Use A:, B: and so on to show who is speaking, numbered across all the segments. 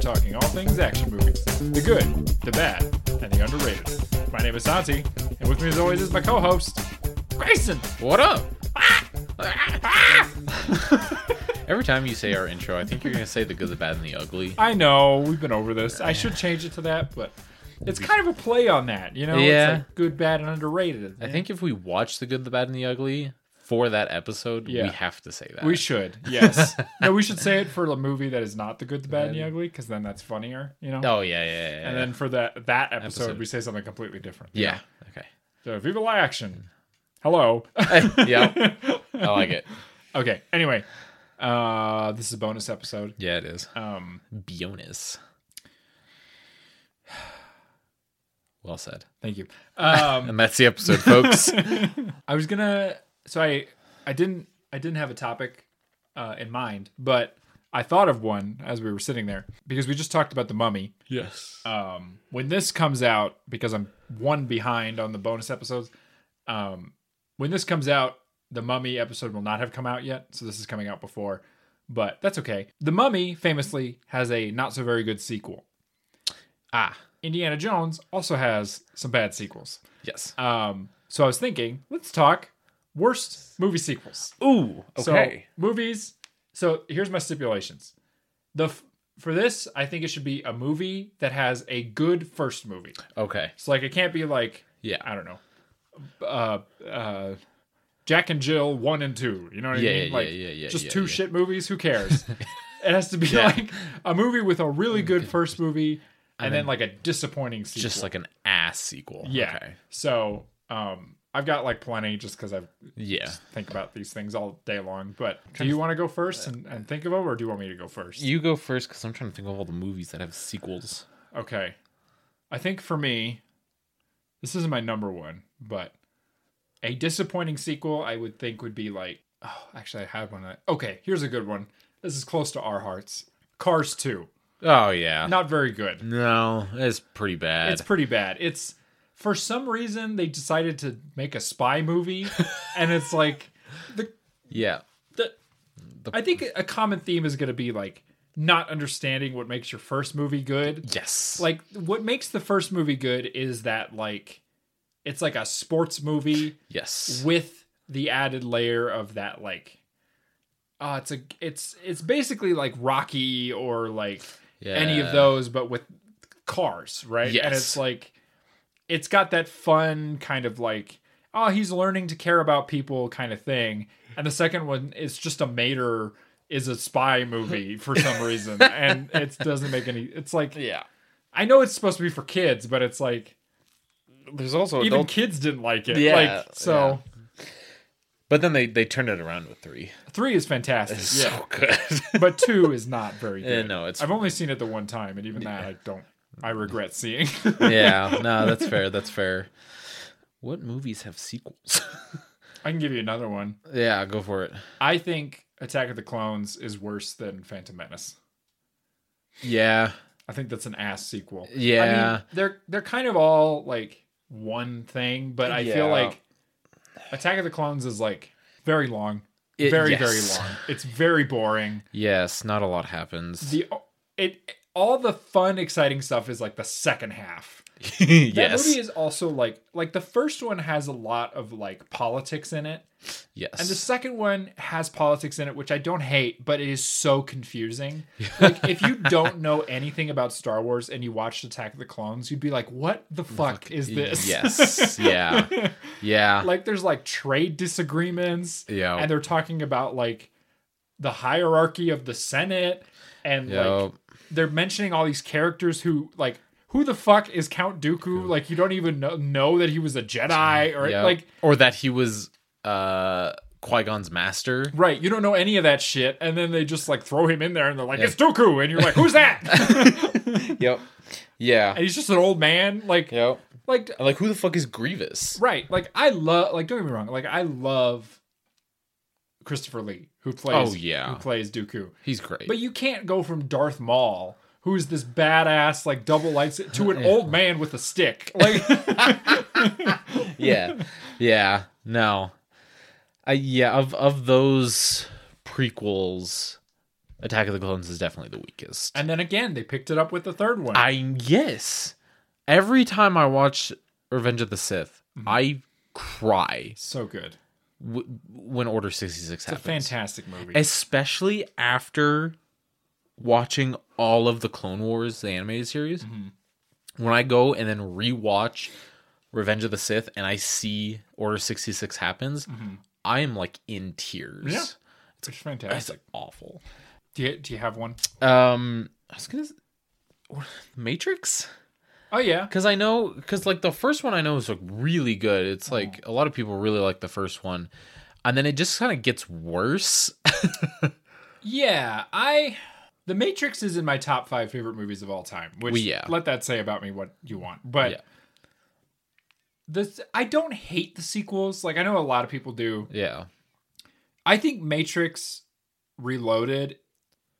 A: talking all things action movies the good, the bad, and the underrated. My name is Santi, and with me as always is my co host, Grayson. Ah,
B: What up? Every time you say our intro, I think you're gonna say the good, the bad, and the ugly.
A: I know, we've been over this. I should change it to that, but it's kind of a play on that, you know? It's
B: Yeah.
A: like good, bad, and underrated.
B: I think if we watch the good, the bad, and the ugly for that episode, we
A: Yeah.
B: have to say that.
A: we should, yes. no, we should say it for a movie that is not the good, the bad, and the ugly, because then that's funnier, you know?
B: Oh yeah, yeah, yeah.
A: And then for that that episode,
B: Episode.
A: we say something completely different.
B: yeah.
A: So, Viva La Action. Hello.
B: Okay. yeah. I like it.
A: Okay. Anyway, uh, this is a bonus episode.
B: Yeah, it is.
A: Um,
B: Bionis. Well said.
A: thank you. Um,
B: And that's the episode, folks.
A: I was gonna. So I, I didn't, I didn't have a topic uh, in mind, but I thought of one as we were sitting there because we just talked about the mummy.
B: yes.
A: Um, when this comes out, because I'm one behind on the bonus episodes. Um, when this comes out, the mummy episode will not have come out yet, so this is coming out before. But that's okay. The Mummy famously has a not so very good sequel.
B: ah.
A: Indiana Jones also has some bad sequels.
B: Yes.
A: Um, so I was thinking, let's talk worst movie sequels.
B: Ooh.
A: So movies. So here's my stipulations. The f- for this, I think it should be a movie that has a good first movie.
B: okay.
A: So like it can't be like
B: Yeah.
A: I don't know, uh, uh, Jack and Jill one and two. You know what
B: Yeah,
A: I mean?
B: yeah,
A: like
B: yeah, yeah,
A: just
B: yeah,
A: two
B: yeah.
A: shit movies. Who cares? it has to be like a movie with a really good first movie, and, then, like a disappointing sequel.
B: Just like an ass sequel.
A: Yeah.
B: Okay.
A: So um, I've got like plenty just because I
B: Yeah.
A: think about these things all day long. But do you want to go first and, and think of them, or do you want me to go first?
B: You go first because I'm trying to think of all the movies that have sequels.
A: Okay. I think for me, this isn't my number one, but a disappointing sequel I would think would be like, oh, actually, I had one. that- Okay, here's a good one. This is close to our hearts. Cars 2.
B: Oh yeah.
A: Not very good.
B: No, it's pretty bad.
A: It's pretty bad. It's for some reason they decided to make a spy movie, and it's like the
B: yeah.
A: the, I think a common theme is going to be like not understanding what makes your first movie good.
B: Yes.
A: Like what makes the first movie good is that like it's like a sports movie
B: yes.
A: with the added layer of that like uh it's a it's it's basically like Rocky or like any of
B: Yeah.
A: those but with cars, right? And
B: Yes.
A: it's like it's got that fun kind of like oh he's learning to care about people kind of thing and the second one is just a mater is a spy movie for some reason and it doesn't make any it's like
B: Yeah.
A: i know it's supposed to be for kids but it's like
B: There's also
A: even kids didn't like it
B: Yeah,
A: like so
B: but then they they turned it around with three.
A: three is fantastic yeah
B: So good.
A: but two is not very good
B: no, it's-
A: i've only seen it the one time and even that i don't i regret seeing
B: yeah. No, that's fair. That's fair. What movies have sequels?
A: i can give you another one
B: yeah, go for it.
A: i think attack of the clones is worse than phantom menace
B: Yeah.
A: I think that's an ass sequel. I
B: Yeah.
A: mean, they're they're kind of all like one thing, but I
B: Yeah.
A: feel like Attack of the Clones is like very long,
B: It-
A: very
B: yes.
A: very long. It's very boring.
B: Yes. Not a lot happens.
A: The it all the fun, exciting stuff is like the second half. That
B: yes.
A: movie is also like like the first one has a lot of like politics in it,
B: yes.
A: and the second one has politics in it, which I don't hate, but it is so confusing. Like, if you don't know anything about Star Wars and you watched Attack of the Clones, you'd be like, what the fuck, is this?
B: Yes. Yeah. Yeah.
A: like, there's like trade disagreements.
B: Yeah.
A: And they're talking about like the hierarchy of the Senate. And like,
B: Yup.
A: they're mentioning all these characters who, like, who the fuck is Count Dooku? Like, you don't even know, know that he was a Jedi or
B: Yeah.
A: like.
B: or that he was uh Qui Gon's master.
A: Right, you don't know any of that shit, and then they just like throw him in there, and they're like, "It's Dooku," and you're like, "Who's that?"
B: Yep. Yeah.
A: and he's just an old man, like,
B: Yep.
A: like,
B: I'm like, who the fuck is Grievous?
A: right, like I love, like, don't get me wrong, like I love Christopher Lee, who plays,
B: Oh, yeah.
A: who plays Dooku,
B: He's great.
A: but you can't go from Darth Maul, who's this badass like double lights, to an old man with a stick, like,
B: yeah. Yeah. No. I yeah, of of those prequels, Attack of the Clones is definitely the weakest.
A: And then again, they picked it up with the third one.
B: I yes. Every time I watch Revenge of the Sith, I cry
A: so good.
B: w- when Order 66
A: It's a
B: happens.
A: fantastic movie.
B: Especially after watching all of the Clone Wars the animated series.
A: Mm-hmm.
B: When I go and then rewatch Revenge of the Sith and I see Order 66 happens, I am like in tears.
A: Mm-hmm. Yeah. it's
B: It's
A: fantastic.
B: awful.
A: Do you, do you have one?
B: Um I was going to Matrix?
A: Oh yeah.
B: Because I know, because like the first one I know is like really good. It's
A: Uh-huh.
B: like a lot of people really like the first one, and then it just kind of gets worse.
A: Yeah, I The Matrix is in my top 5 favorite movies of all time, which
B: Well, yeah.
A: let that say about me what you want. But
B: Yeah.
A: this I don't hate the sequels like I know a lot of people do.
B: yeah,
A: I think Matrix Reloaded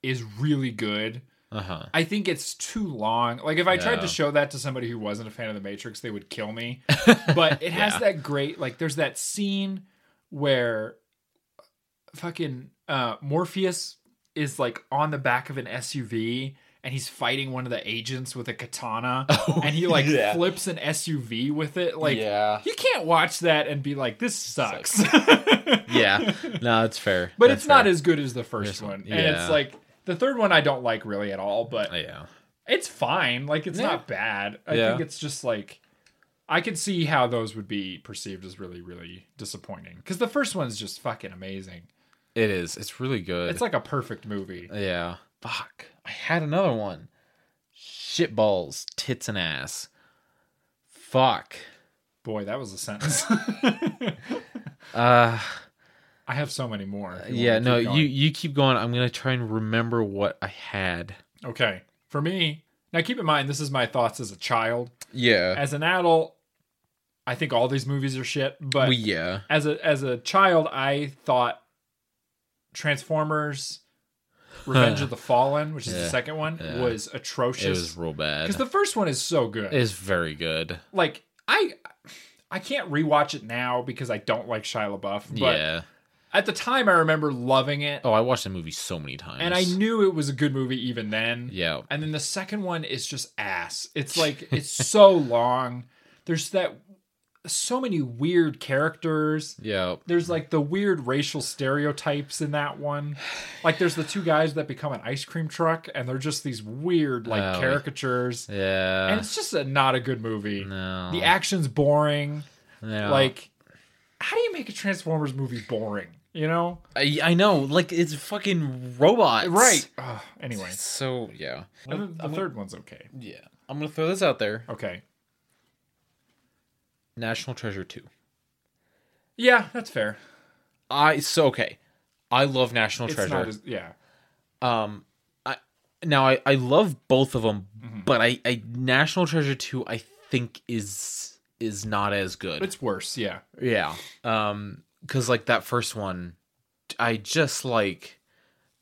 A: is really good.
B: uh huh.
A: I think it's too long. Like if I tried
B: Yeah.
A: to show that to somebody who wasn't a fan of the Matrix, they would kill me. But it has
B: Yeah.
A: that great like there's that scene where fucking uh Morpheus is like on the back of an SUV and he's fighting one of the agents with a katana and he like
B: Oh, yeah.
A: flips an SUV with it like
B: yeah,
A: you can't watch that and be like this sucks.
B: yeah. No, it's fair.
A: But
B: That's
A: it's not
B: fair.
A: as good as the first one. And
B: yeah.
A: it's like the third one I don't like really at all, but
B: yeah.
A: it's fine. Like it's
B: Yeah.
A: not bad. I
B: Yeah.
A: think it's just like I could see how those would be perceived as really, really disappointing. Because the first one's just fucking amazing.
B: It is. It's really good.
A: It's like a perfect movie.
B: yeah. Fuck. I had another one. Shit balls, tits and ass. Fuck.
A: Boy, that was a sentence.
B: Uh,
A: I have so many more. if you want me
B: yeah.
A: to
B: No,
A: keep going.
B: you you keep going. I'm gonna try and remember what I had.
A: Okay. For me, now keep in mind this is my thoughts as a child.
B: Yeah.
A: As an adult, I think all these movies are shit, but
B: Well, yeah.
A: as a as a child, I thought Transformers Revenge of the Fallen, which is
B: Yeah.
A: the second one,
B: Yeah.
A: was
B: It
A: atrocious.
B: was real bad.
A: Because the first one is so good.
B: It's very good.
A: like I I can't rewatch it now because I don't like Shia LaBeouf. But
B: yeah.
A: at the time I remember loving it.
B: Oh, I watched the movie so many times.
A: And I knew it was a good movie even then.
B: Yeah.
A: And then the second one is just ass. It's like it's so long. There's that so many weird characters.
B: Yeah.
A: there's like the weird racial stereotypes in that one. Like there's the two guys that become an ice cream truck and they're just these weird like
B: Oh, yeah.
A: caricatures.
B: Yeah.
A: And it's just a, not a good movie.
B: no.
A: The action's boring.
B: Yeah.
A: Like how do you make a Transformers movie boring? You know?
B: I, I know, like it's fucking robots.
A: Ugh, anyway.
B: So yeah.
A: And then the third one's okay.
B: Yeah. I'm gonna throw this out there.
A: Okay.
B: National Treasure Two.
A: Yeah, that's fair.
B: I so okay. I love National
A: It's
B: Treasure.
A: not as yeah.
B: um I now I, I love both of them,
A: Mm-hmm.
B: but I, I National Treasure Two I think is is not as good.
A: It's worse, yeah.
B: Yeah. Um cuz like that first one I just like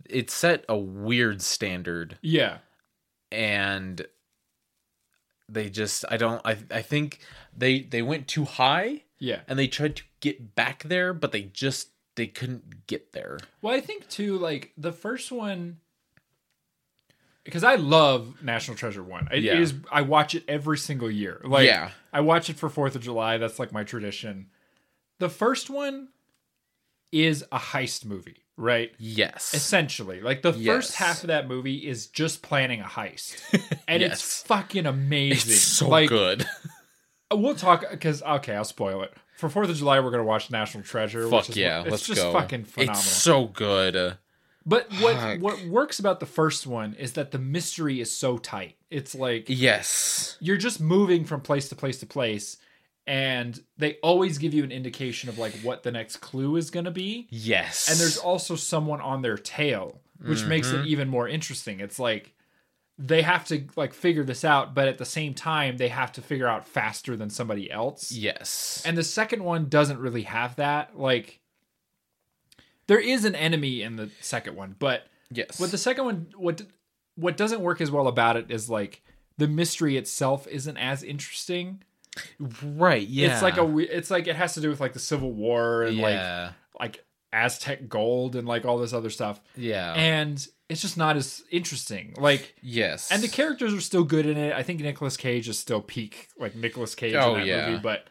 B: it set a weird standard
A: Yeah.
B: and they just I don't I I think they they went too high
A: Yeah.
B: and they tried to get back there but they just they couldn't get there.
A: Well, I think too, like the first one, because I love National Treasure One. It is
B: Yeah.
A: I watch it every single year. Like,
B: Yeah.
A: I watch it for Fourth of July. That's like my tradition. The first one is a heist movie, right?
B: Yes.
A: Essentially, like the
B: Yes.
A: first half of that movie is just planning a heist, and
B: Yes.
A: it's fucking amazing.
B: it's so
A: like,
B: good.
A: We'll talk because okay, I'll spoil it. For Fourth of July, we're gonna watch National Treasure.
B: Fuck
A: which is,
B: yeah,
A: it's
B: let's
A: just
B: go.
A: fucking phenomenal.
B: It's so good.
A: But
B: Fuck.
A: what what works about the first one is that the mystery is so tight. It's like
B: Yes.
A: you're just moving from place to place to place and they always give you an indication of like what the next clue is going to be.
B: Yes.
A: And there's also someone on their tail, which makes it even more interesting. It's like they have to like figure this out, but at the same time they have to figure out faster than somebody else.
B: yes.
A: And the second one doesn't really have that. Like there is an enemy in the second one, but
B: yes.
A: what the second one, what what doesn't work as well about it is like the mystery itself isn't as interesting.
B: right. Yeah.
A: It's like a, we- it's like it has to do with like the Civil War and
B: yeah.
A: like like Aztec gold and like all this other stuff.
B: yeah.
A: And it's just not as interesting. Like,
B: Yes.
A: and the characters are still good in it. I think Nicolas Cage is still peak like Nicolas Cage
B: Oh,
A: in that
B: yeah.
A: movie, but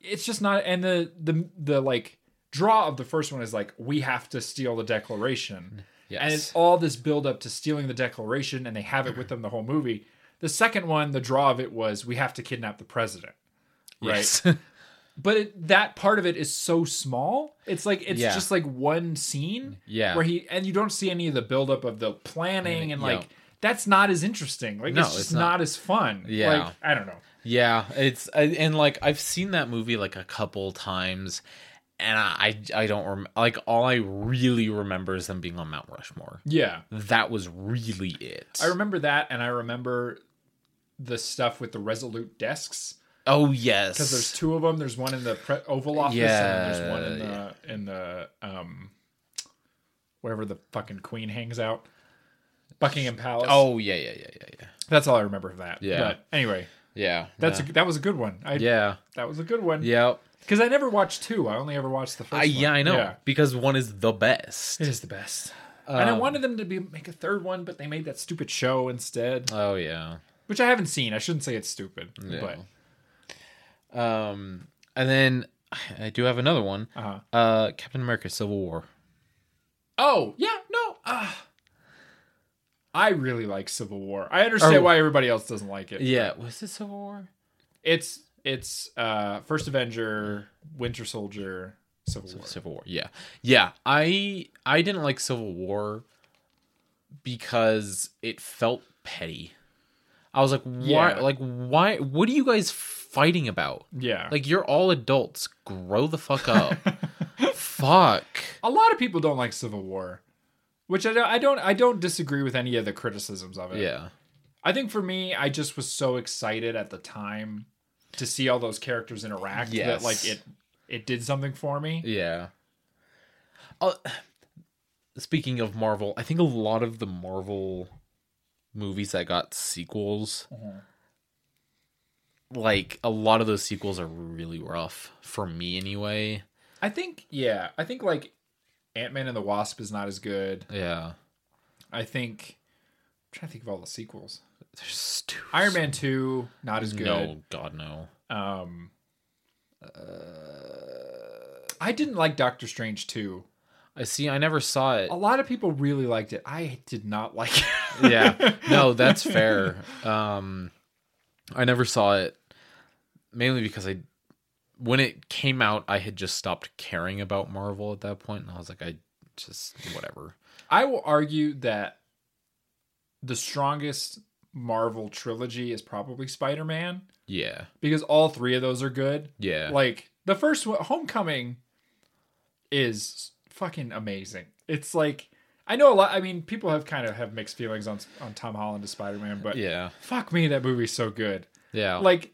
A: it's just not. And the the the like draw of the first one is like we have to steal the Declaration, and it's
B: yes.
A: all this build up to stealing the Declaration, and they have it with them the whole movie. The second one, the draw of it was we have to kidnap the president, right?
B: Yes.
A: But it, that part of it is so small. It's like it's
B: Yeah.
A: just like one scene
B: yeah.
A: where he and you don't see any of the buildup of the planning and
B: Yeah.
A: like that's not as interesting. Like
B: No,
A: it's just
B: it's
A: not.
B: not.
A: as fun.
B: Yeah.
A: like, I don't know.
B: Yeah, it's I- and like I've seen that movie like a couple times, and I I I don't rem- like all I really remember is them being on Mount Rushmore.
A: Yeah,
B: That was really it.
A: I remember that, and I remember the stuff with the resolute desks
B: oh yes,
A: because there's two of them. There's one in the pre- Oval Office, and then there's one in the in the um wherever the fucking Queen hangs out, Buckingham Palace.
B: oh yeah yeah yeah yeah yeah
A: that's all I remember of that.
B: Yeah.
A: But anyway,
B: yeah.
A: that's
B: yeah
A: a, that was a good one. I,
B: yeah
A: that was a good one.
B: yeah.
A: Because I never watched two. I only ever watched the first.
B: I,
A: one.
B: yeah, I know because one is the best. Um,
A: It is the best. and I wanted them to be make a third one, but they made that stupid show instead,
B: Oh yeah.
A: which I haven't seen. I shouldn't say it's stupid, but
B: Um, and then I do have another one.
A: uh,
B: Uh, Captain America: Civil War.
A: oh yeah, no. Uh, I really like Civil War. I understand
B: Oh.
A: why everybody else doesn't like it.
B: Yeah, was it Civil War?
A: It's it's uh, First Avenger, Winter Soldier, Civil War.
B: Civil War. Yeah. Yeah. I I didn't like Civil War because it felt petty. I was like, why
A: Yeah.
B: like why what are you guys fighting about?
A: Yeah,
B: Like you're all adults. Grow the fuck up. fuck.
A: a lot of people don't like Civil War, which I don't. I don't. I don't disagree with any of the criticisms of it.
B: Yeah.
A: I think for me, I just was so excited at the time to see all those characters interact
B: Yes.
A: that like it it did something for me.
B: Yeah. Uh, speaking of Marvel, I think a lot of the Marvel movies that got sequels,
A: Uh-huh.
B: like a lot of those sequels are really rough for me anyway.
A: I think yeah, I think like Ant Man and the Wasp is not as good.
B: Yeah.
A: I think I'm trying to think of all the sequels.
B: They're stupid.
A: Iron Man two not as good.
B: No, God, no.
A: Um, uh, I didn't like Doctor Strange two.
B: I see. I never saw it.
A: A lot of people really liked it. I did not like it.
B: yeah. No, that's fair. Um, I never saw it mainly because I, when it came out, I had just stopped caring about Marvel at that point, and I was like, I just whatever.
A: I will argue that the strongest Marvel trilogy is probably Spider Man
B: Yeah.
A: because all three of those are good.
B: Yeah.
A: Like the first one, Homecoming, is fucking amazing. It's like I know a lot. I mean, people have kind of have mixed feelings on on Tom Holland as Spider Man, but
B: yeah. Oh.
A: fuck me, that movie's so good.
B: Yeah.
A: Like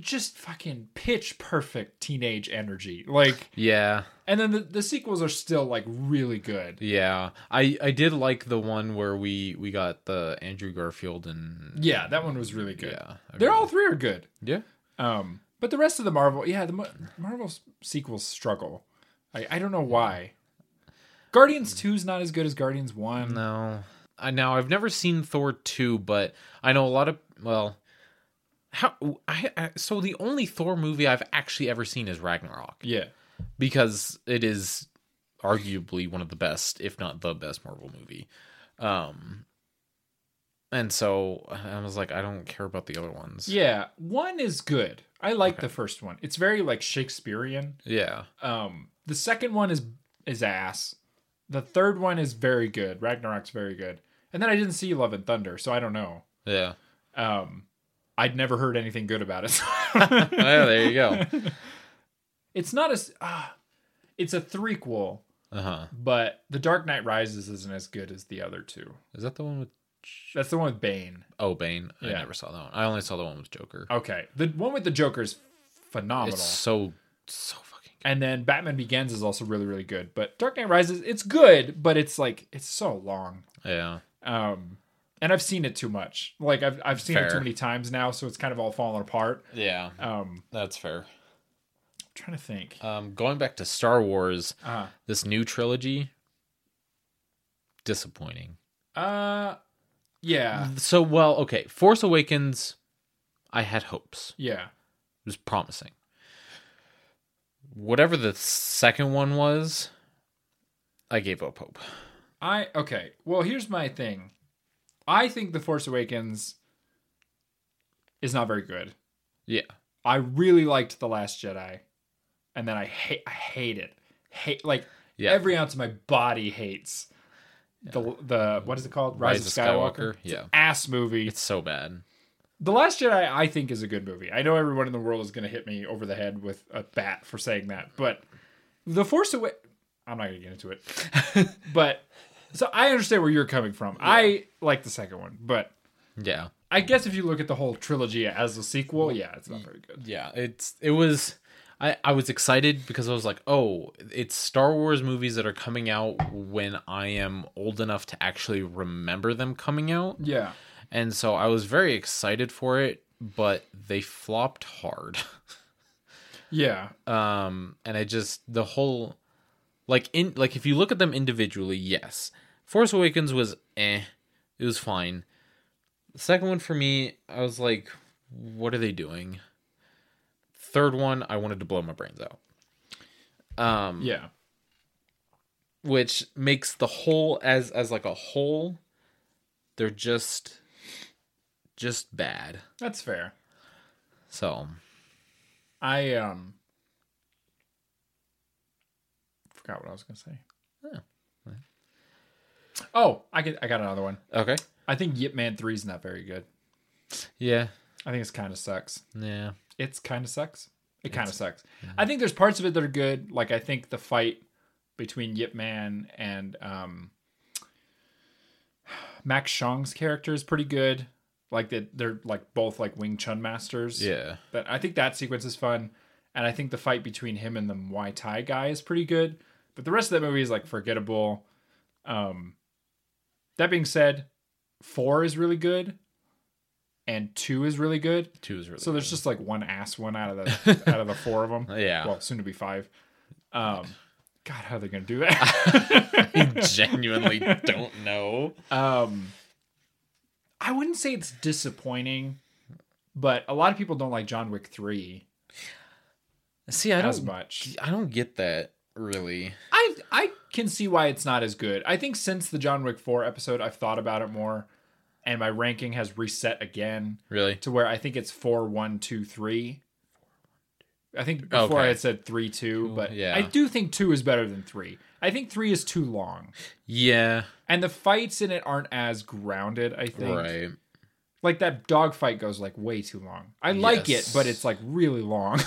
A: just fucking pitch perfect teenage energy. Like,
B: yeah.
A: and then the, the sequels are still like really good.
B: Yeah. I I did like the one where we we got the Andrew Garfield and
A: Yeah, that one was really good.
B: yeah. I
A: They're
B: mean-
A: all three are good.
B: yeah.
A: Um, but the rest of the Marvel, yeah, the Mar- Marvel s- sequels struggle. I, I don't know why. Guardians Two is not as good as Guardians One.
B: Hmm. No. I now I've never seen Thor 2, but I know a lot of well how I, I so the only Thor movie I've actually ever seen is Ragnarok
A: Yeah,
B: because it is arguably one of the best, if not the best Marvel movie. Um and so I was like I don't care about the other ones.
A: yeah, one is good. I like the first one. It's very like Shakespearean.
B: Yeah.
A: Um, the second one is is ass. The third one is very good. Ragnarok's very good. And then I didn't see Love and Thunder, so I don't know.
B: Yeah.
A: Um, I'd never heard anything good about it.
B: yeah Ah, there you go.
A: it's not as ah, it's a threequel.
B: Uh-huh.
A: but The Dark Knight Rises isn't as good as the other two.
B: Is that the one with
A: That's the one with Bane.
B: Oh Bane? I
A: Yeah.
B: never saw that one. I only saw the one with Joker.
A: Okay, the one with the Joker is phenomenal,
B: it's so so fucking
A: and then Batman Begins is also really really good. But Dark Knight Rises, it's good, but it's like it's so long.
B: good. Yeah.
A: Um, and I've seen it too much. Like I've I've seen it too
B: Fair.
A: many times now, so it's kind of all falling apart.
B: Yeah.
A: Um,
B: That's fair.
A: I'm trying to think.
B: Um, going back to Star Wars,
A: Uh,
B: this new trilogy, disappointing.
A: Uh, yeah,
B: So well, okay. Force Awakens, I had hopes.
A: yeah.
B: It was promising. Whatever the second one was, I gave up hope.
A: I okay. Well, here's my thing. I think The Force Awakens is not very good.
B: Yeah.
A: I really liked The Last Jedi, and then I hate I hate it. Hate like
B: Yeah.
A: every ounce of my body hates the the what is it called? Rise, of Skywalker. It's
B: Yeah.
A: an ass movie.
B: It's so bad.
A: the Last Jedi I think is a good movie. I know everyone in the world is going to hit me over the head with a bat for saying that, but The Force Away I'm not going to get into it. but so I understand where you're coming from. I like the second one, but
B: Yeah.
A: I guess if you look at the whole trilogy as a sequel, yeah, it's not very good.
B: Yeah. It's it was I, I was excited because I was like, oh, it's Star Wars movies that are coming out when I am old enough to actually remember them coming out.
A: Yeah.
B: And so I was very excited for it, but they flopped hard.
A: Yeah.
B: um and i just the whole like in like if you look at them individually yes force awakens was eh it was fine the second one for me i was like what are they doing third one i wanted to blow my brains out um
A: Yeah.
B: which makes the whole as as like a whole they're just just bad
A: That's fair.
B: so
A: I um forgot what I was gonna say.
B: Oh.
A: Oh, I get I got another one.
B: okay
A: I think Yip Man Three is not very good.
B: yeah
A: I think it's kind of sucks.
B: yeah
A: It's kind of sucks. It kind of sucks. I think there's parts of it that are good. Like I think the fight between Yip Man and um, Max Shang's character is pretty good. Like that, they're like both like Wing Chun masters.
B: yeah
A: But I think that sequence is fun, and I think the fight between him and the Muay Thai guy is pretty good. But the rest of that movie is like forgettable. Um, that being said, four is really good, and two is really good.
B: two is really
A: So there's just like one ass one out of the out of the four of them.
B: Yeah.
A: Well, soon to be five. Um, God, how are they gonna do that?
B: I genuinely don't know.
A: um, I wouldn't say it's disappointing, but a lot of people don't like John Wick three
B: See, I
A: as
B: don't,
A: much.
B: I don't get that really.
A: I I can see why it's not as good. I think since the John Wick 4 episode, I've thought about it more, and my ranking has reset again
B: Really?
A: to where I think it's four, one, two, three. I think before
B: Okay.
A: I had said 3 2, but
B: yeah.
A: I do think 2 is better than 3. I think 3 is too long.
B: Yeah.
A: And the fights in it aren't as grounded, I think.
B: Right.
A: Like that dog fight goes like way too long. I like it,
B: Yes.
A: but it's like really long.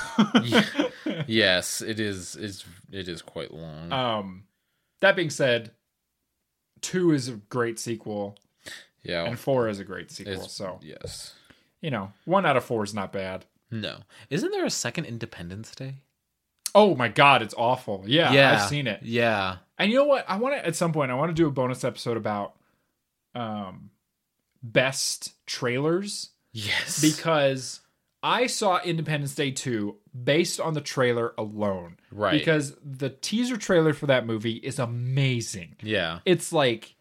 B: yes, it is. It's it is quite long.
A: um that being said, 2 is a great sequel.
B: yeah.
A: and four is a great sequel.
B: Oh. it's-
A: so
B: Yes.
A: you know, one out of four is not bad.
B: No. Isn't there a second Independence Day?
A: Oh my god, it's awful. Yeah, I've seen it.
B: Yeah.
A: And you know what? I want to at some point. I want to do a bonus episode about um best trailers
B: Yes.
A: because I saw Independence Day two based on the trailer alone.
B: Right.
A: Because the teaser trailer for that movie is amazing.
B: yeah.
A: it's like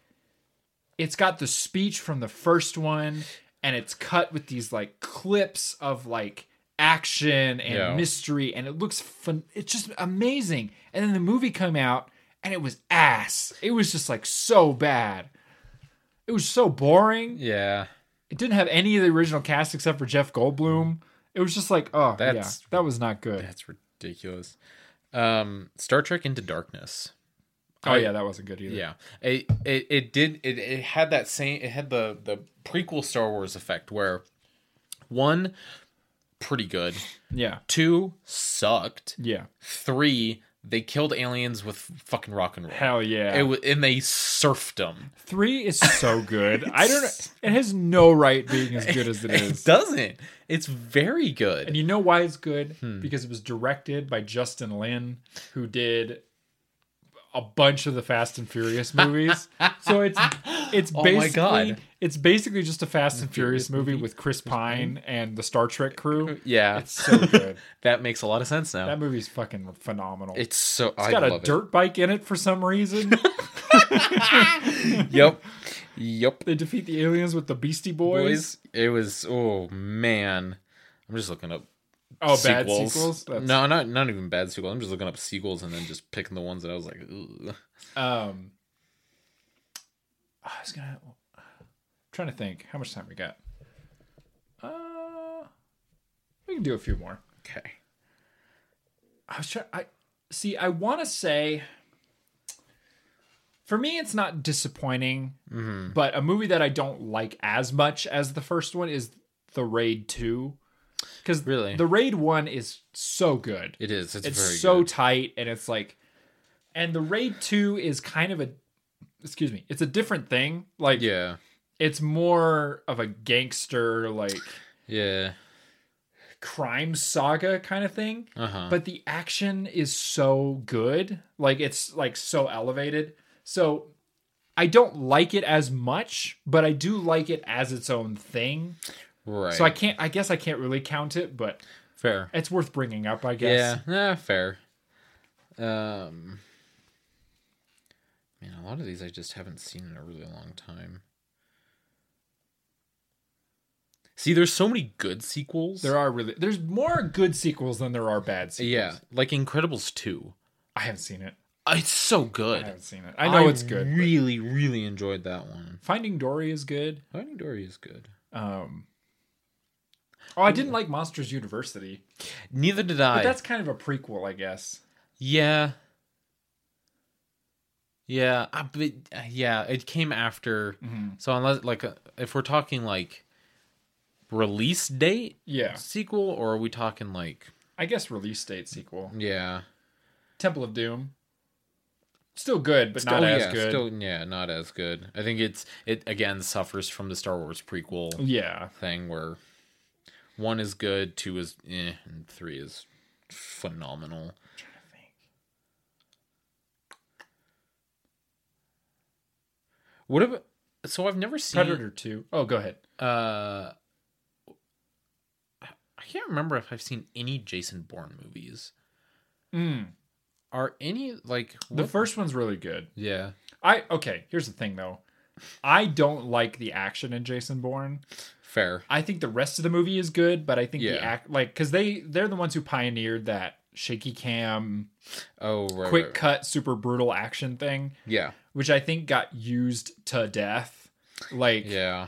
A: it's got the speech from the first one and it's cut with these like clips of like action and
B: Yeah.
A: mystery and it looks fun it's just amazing and then the movie come out and it was ass it was just like so bad it was so boring
B: Yeah.
A: it didn't have any of the original cast except for jeff goldblum it was just like oh
B: That's-
A: yeah that was not good
B: That's ridiculous. Um, Star Trek Into Darkness.
A: oh yeah that wasn't good either
B: Yeah, it it, it did it, it had that same it had the the prequel Star Wars effect where one pretty good,
A: yeah
B: two sucked,
A: yeah
B: three they killed aliens with fucking rock and roll.
A: hell yeah
B: It was and they surfed them.
A: Three is so good. I don't. It has no right being as good as it
B: It
A: is.
B: doesn't. It's very
A: And
B: good.
A: you know why it's good?
B: Hmm.
A: Because it was directed by Justin Lin, who did a bunch of the Fast and Furious movies. so it's it's
B: Oh my
A: basically
B: God.
A: it's basically just a Fast and Furious movie with Chris Pine and the Star Trek crew.
B: Yeah,
A: It's so good.
B: that makes a lot of sense now.
A: That movie's fucking phenomenal. It's
B: it's so I
A: got a
B: love it.
A: dirt bike in it for some reason.
B: Yep, Yep.
A: They defeat the aliens with the Beastie Boys.
B: Boys. It was oh man. I'm just looking up
A: Oh, bad sequels.
B: no, not not even bad sequels. I'm just looking up sequels and then just picking the ones that I was like, Ugh.
A: Um, I was gonna I'm trying to think how much time we got. Uh, we can do a few more.
B: okay.
A: I was trying. I see. I want to say. For me, it's not disappointing, but a movie that I don't like as much as the first one is The Raid Two, because
B: Really?
A: the Raid One is so good.
B: It is. It's,
A: it's
B: very
A: so
B: good.
A: tight and it's like and the raid 2 is kind of a excuse me it's a different thing like
B: yeah.
A: it's more of a gangster like
B: Yeah.
A: crime saga kind of thing
B: Uh huh.
A: but the action is so good like it's like so elevated so i don't like it as much but i do like it as its own thing
B: Right.
A: so i can't i guess i can't really count it but
B: fair.
A: it's worth bringing up i guess
B: Yeah. Yeah. Fair. Um. Man, a lot of these I just haven't seen in a really long time. See, there's so many good sequels.
A: There are really there's more good sequels than there are bad sequels.
B: Yeah, like Incredibles two. Uh,
A: I haven't seen it.
B: It's so
A: I
B: good.
A: haven't seen it. I know it's good. but-
B: Really, really enjoyed that one.
A: Finding Dory is good.
B: Finding Dory is good.
A: Um Oh, I didn't like Monsters University.
B: Neither did
A: But
B: I.
A: that's kind of a prequel, I guess.
B: Yeah. Yeah, I, but uh, yeah, it came after.
A: Mm-hmm.
B: So unless like uh, if we're talking like release date
A: Yeah.
B: sequel, or are we talking like
A: I guess release date sequel.
B: yeah,
A: Temple of Doom. Still good, but not
B: Oh,
A: as
B: yeah,
A: good.
B: Still, yeah, not as good. I think it's it again suffers from the Star Wars prequel
A: Yeah.
B: thing where one is good, two is eh, and three is phenomenal. What about? So I've never seen
A: Predator 2. Oh, go ahead.
B: Uh, I can't remember if I've seen any Jason Bourne movies.
A: Mm.
B: Are any like
A: The
B: what-
A: first one's really good.
B: Yeah,
A: I okay, here's the thing though. I don't like the action in Jason Bourne.
B: fair.
A: I think the rest of the movie is good, but I think
B: Yeah.
A: the act like because they they're the ones who pioneered that shaky cam,
B: Oh right, right,
A: quick
B: right.
A: cut, super brutal action thing,
B: Yeah,
A: which I think got used to death. Like,
B: yeah,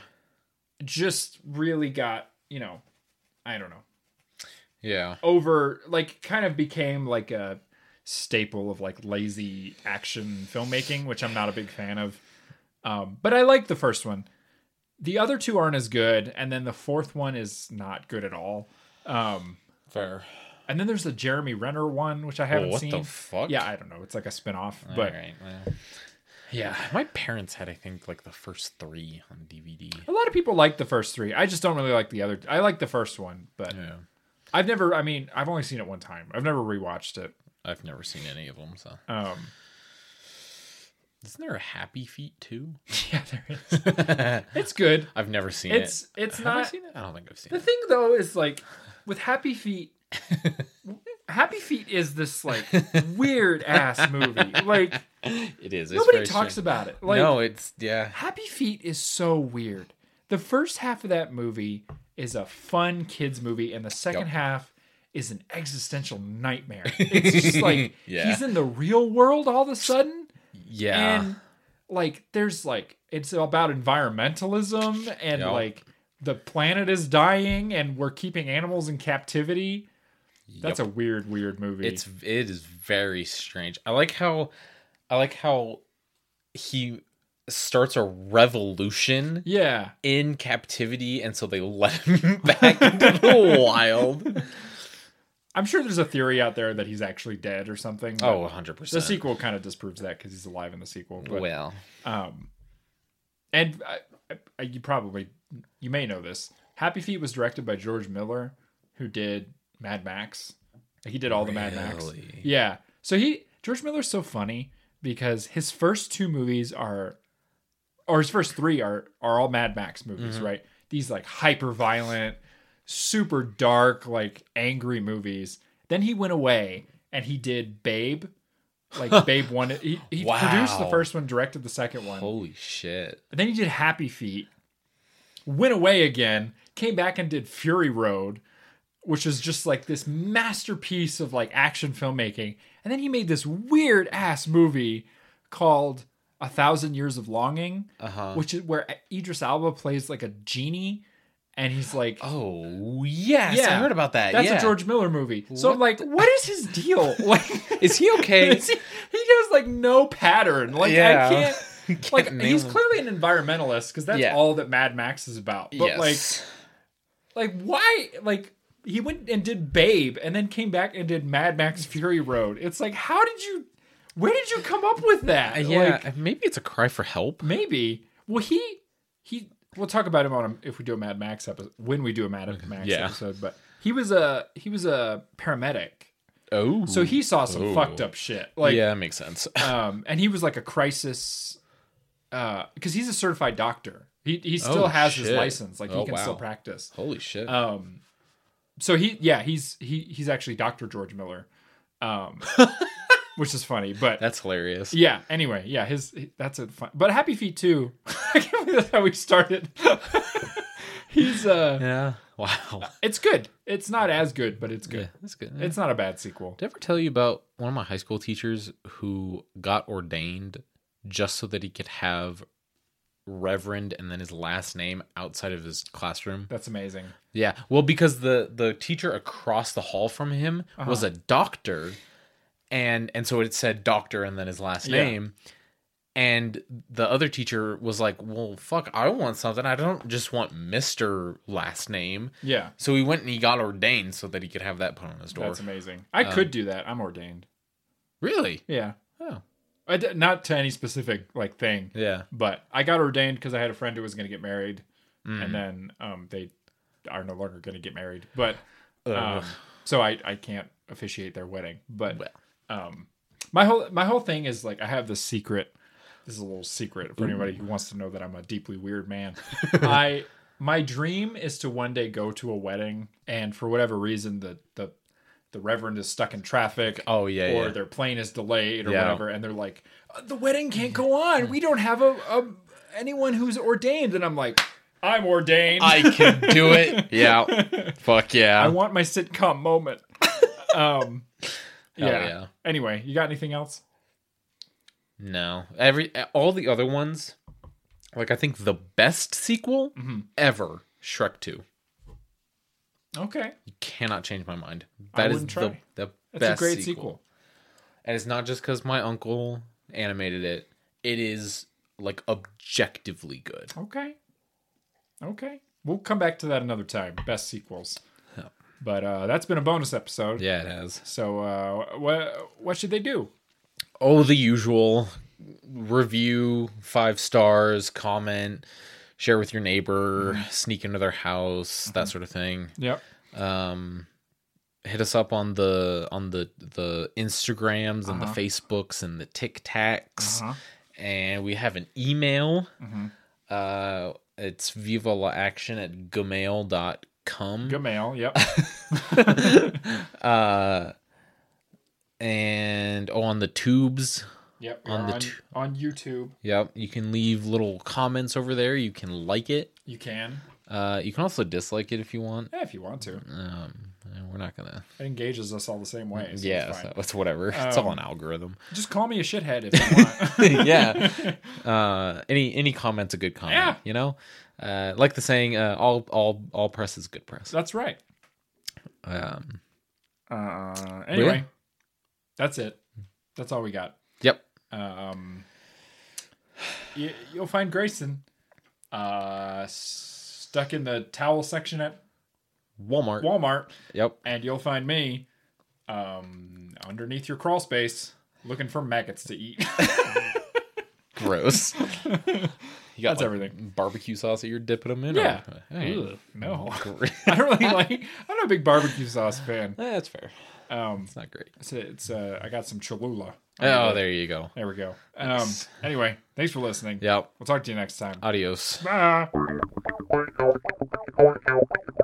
A: just really got you know, I don't know,
B: yeah,
A: over like kind of became like a staple of like lazy action filmmaking, which I'm not a big fan of. Um, but I like the first one. The other two aren't as good, and then the fourth one is not good at all. Um,
B: fair.
A: And then there's the Jeremy Renner one, which I haven't
B: what
A: seen.
B: the fuck?
A: Yeah, I don't know. It's like a spinoff, but
B: Alright, well.
A: yeah.
B: my parents had I think like the first three on DVD.
A: A lot of people like the first three. I just don't really like the other. I like the first one, but
B: Yeah,
A: I've never. I mean, I've only seen it one time. I've never rewatched it.
B: I've never seen any of them. So
A: Um,
B: isn't there a Happy Feet too?
A: yeah, there is. it's good.
B: I've never seen
A: It's it's
B: it. Have I
A: not.
B: seen it? I don't think I've seen
A: The
B: it.
A: thing though is like with Happy Feet. Happy Feet is this like weird ass movie. Like
B: It is. It's
A: nobody
B: very
A: talks
B: strange.
A: about it. Like
B: no, it's yeah.
A: Happy Feet is so weird. The first half of that movie is a fun kids movie, and the second
B: Yep.
A: half is an existential nightmare. It's just like
B: Yeah.
A: he's in the real world all of a sudden,
B: Yeah.
A: and like there's like it's about environmentalism and
B: Yep.
A: like the planet is dying and we're keeping animals in captivity. That's a weird, weird movie.
B: it's it is very strange i like how i like how he starts a revolution
A: yeah.
B: in captivity and so they let him back into the wild
A: I'm sure there's a theory out there that he's actually dead or something. but-
B: oh 100%
A: The sequel kind of disproves that because he's alive in the sequel. But,
B: well
A: um, and I, I, you probably you may know this. Happy Feet was directed by George Miller, who did Mad Max. Like, He did all the Mad Max.
B: Really?
A: Yeah. So he George Miller's so funny because his first two movies are, or his first three are are all Mad Max movies,
B: Mm-hmm.
A: right? These like hyper violent, super dark, like angry movies. Then he went away and he did Babe, Like Babe won it. He, he
B: Wow.
A: produced the first one, directed the second one.
B: Holy shit.
A: And then he did Happy Feet, went away again, came back and did Fury Road, which is just like this masterpiece of like action filmmaking. And then he made this weird ass movie called A Thousand Years of Longing,
B: Uh-huh.
A: which is where Idris Alba plays like a genie, and he's like.
B: Oh yes,
A: Yeah.
B: I heard about that.
A: That's
B: yeah.
A: a George Miller movie. So I'm
B: What
A: like, what is his deal? Like,
B: Is he okay?
A: Is he, he does like no pattern. Like
B: Yeah.
A: I can't. Like
B: name
A: he's
B: him.
A: clearly an environmentalist because that's
B: Yeah.
A: all that Mad Max is about. But like, like why? Like he went and did Babe, and then came back and did Mad Max Fury Road. It's like, how did you? Where did you come up with that?
B: Uh, yeah,
A: Like,
B: uh, maybe it's a cry for help.
A: maybe. Well, he he. We'll talk about him on a, if we do a Mad Max episode when we do a Mad Max
B: Yeah.
A: episode. But he was a he was a paramedic,
B: Oh,
A: so he saw some
B: Oh.
A: fucked up shit. Like
B: yeah, that makes sense.
A: um, and he was like a crisis because he's a certified doctor. He he still
B: Oh,
A: has his
B: shit.
A: license, like he
B: Oh,
A: can still
B: wow.
A: practice.
B: Holy shit!
A: Um, so he yeah he's he he's actually Doctor George Miller, um, which is funny, but.
B: That's hilarious.
A: yeah. Anyway, yeah, his that's a fun, but Happy Feet too. I can't believe that's how we started. He's uh,
B: Yeah. Wow.
A: it's good. It's not as good, but it's
B: Yeah,
A: good.
B: that's good.
A: It's not a bad sequel.
B: Did I ever tell you about one of my high school teachers who got ordained just so that he could have Reverend and then his last name outside of his classroom?
A: That's amazing.
B: Yeah. Well, because the the teacher across the hall from him
A: Uh-huh.
B: was a doctor, and and so it said doctor and then his last
A: Yeah.
B: name. And the other teacher was like, "Well, fuck, I want something. I don't just want Mister last name."
A: Yeah,
B: So he went and he got ordained so that he could have that put on his door.
A: that's amazing. I could
B: Um,
A: do that. I'm ordained.
B: Really?
A: Yeah.
B: Oh,
A: I d- not to any specific like thing,
B: yeah.
A: but I got ordained because I had a friend who was going to get married,
B: Mm.
A: and then um, they are no longer going to get married. But um,
B: Ugh.
A: so I, I can't officiate their wedding. But um, my whole my whole thing is like I have this secret. This is a little secret
B: Mm.
A: for anybody who wants to know that I'm a deeply weird man. I my dream is to one day go to a wedding, and for whatever reason, the the the reverend is stuck in traffic
B: Oh yeah,
A: or
B: yeah.
A: their plane is delayed or
B: Yeah.
A: whatever, and they're like, "Uh, the wedding can't go on. We don't have a, a anyone who's ordained, and I'm like, I'm ordained.
B: I can do it. Yeah. Fuck yeah.
A: I want my sitcom moment. um, yeah.
B: Hell yeah.
A: Anyway, you got anything else?
B: No. Every all the other ones, like I think the best sequel
A: Mm-hmm.
B: ever, Shrek 2.
A: Okay,
B: You cannot change my mind. That is
A: wouldn't
B: the,
A: try.
B: the
A: that's
B: best
A: a great
B: sequel.
A: sequel.
B: And it's not just because my uncle animated it. It is like objectively good.
A: Okay, okay, we'll come back to that another time. Best sequels,
B: Yeah.
A: but uh, that's been a bonus episode.
B: Yeah, it has.
A: So uh, what what should they do?
B: Oh, the usual review, five stars, comment, share with your neighbor,
A: Mm-hmm.
B: sneak into their house, that sort of thing.
A: Yep.
B: um hit us up on the on the the instagrams and
A: Uh-huh.
B: the facebooks and the tic tacs
A: Uh-huh.
B: and we have an email
A: Mhm.
B: uh it's viva la action at gmail.com
A: Good mail. Yep.
B: uh and oh on the tubes
A: Yep. we
B: On
A: are
B: the
A: on,
B: t-
A: on YouTube.
B: yep you can leave little comments over there you can like it
A: You can.
B: uh you can also dislike it if you want
A: Yeah, if you want to.
B: um we're not gonna
A: It engages us all the same way. so it's
B: yeah
A: fine.
B: so it's whatever it's all
A: Um,
B: an algorithm
A: Just call me a shithead if you want.
B: yeah. Uh, any any comment's a good comment.
A: Yeah.
B: You know, uh, like the saying, uh, all all all press is good press.
A: That's right.
B: Um,
A: Uh, anyway,
B: Really?
A: that's it. That's all we got.
B: yep.
A: Um, you, you'll find Grayson uh, stuck in the towel section at
B: Walmart.
A: Walmart,
B: yep.
A: and you'll find me um, underneath your crawl space looking for maggots to eat.
B: Gross. you got
A: That's everything.
B: Barbecue sauce that you're dipping them in. or-
A: yeah.
B: Hey.
A: Ugh, no.
B: Gr-
A: I don't really like. I'm not a big barbecue sauce fan.
B: That's fair.
A: Um,
B: It's not great.
A: it's, it's uh, I got some Cholula.
B: Oh, there you go.
A: There we go. Um, anyway, thanks for listening.
B: Yep.
A: We'll talk to you next time.
B: Adios.
A: Bye.
C: Thank you.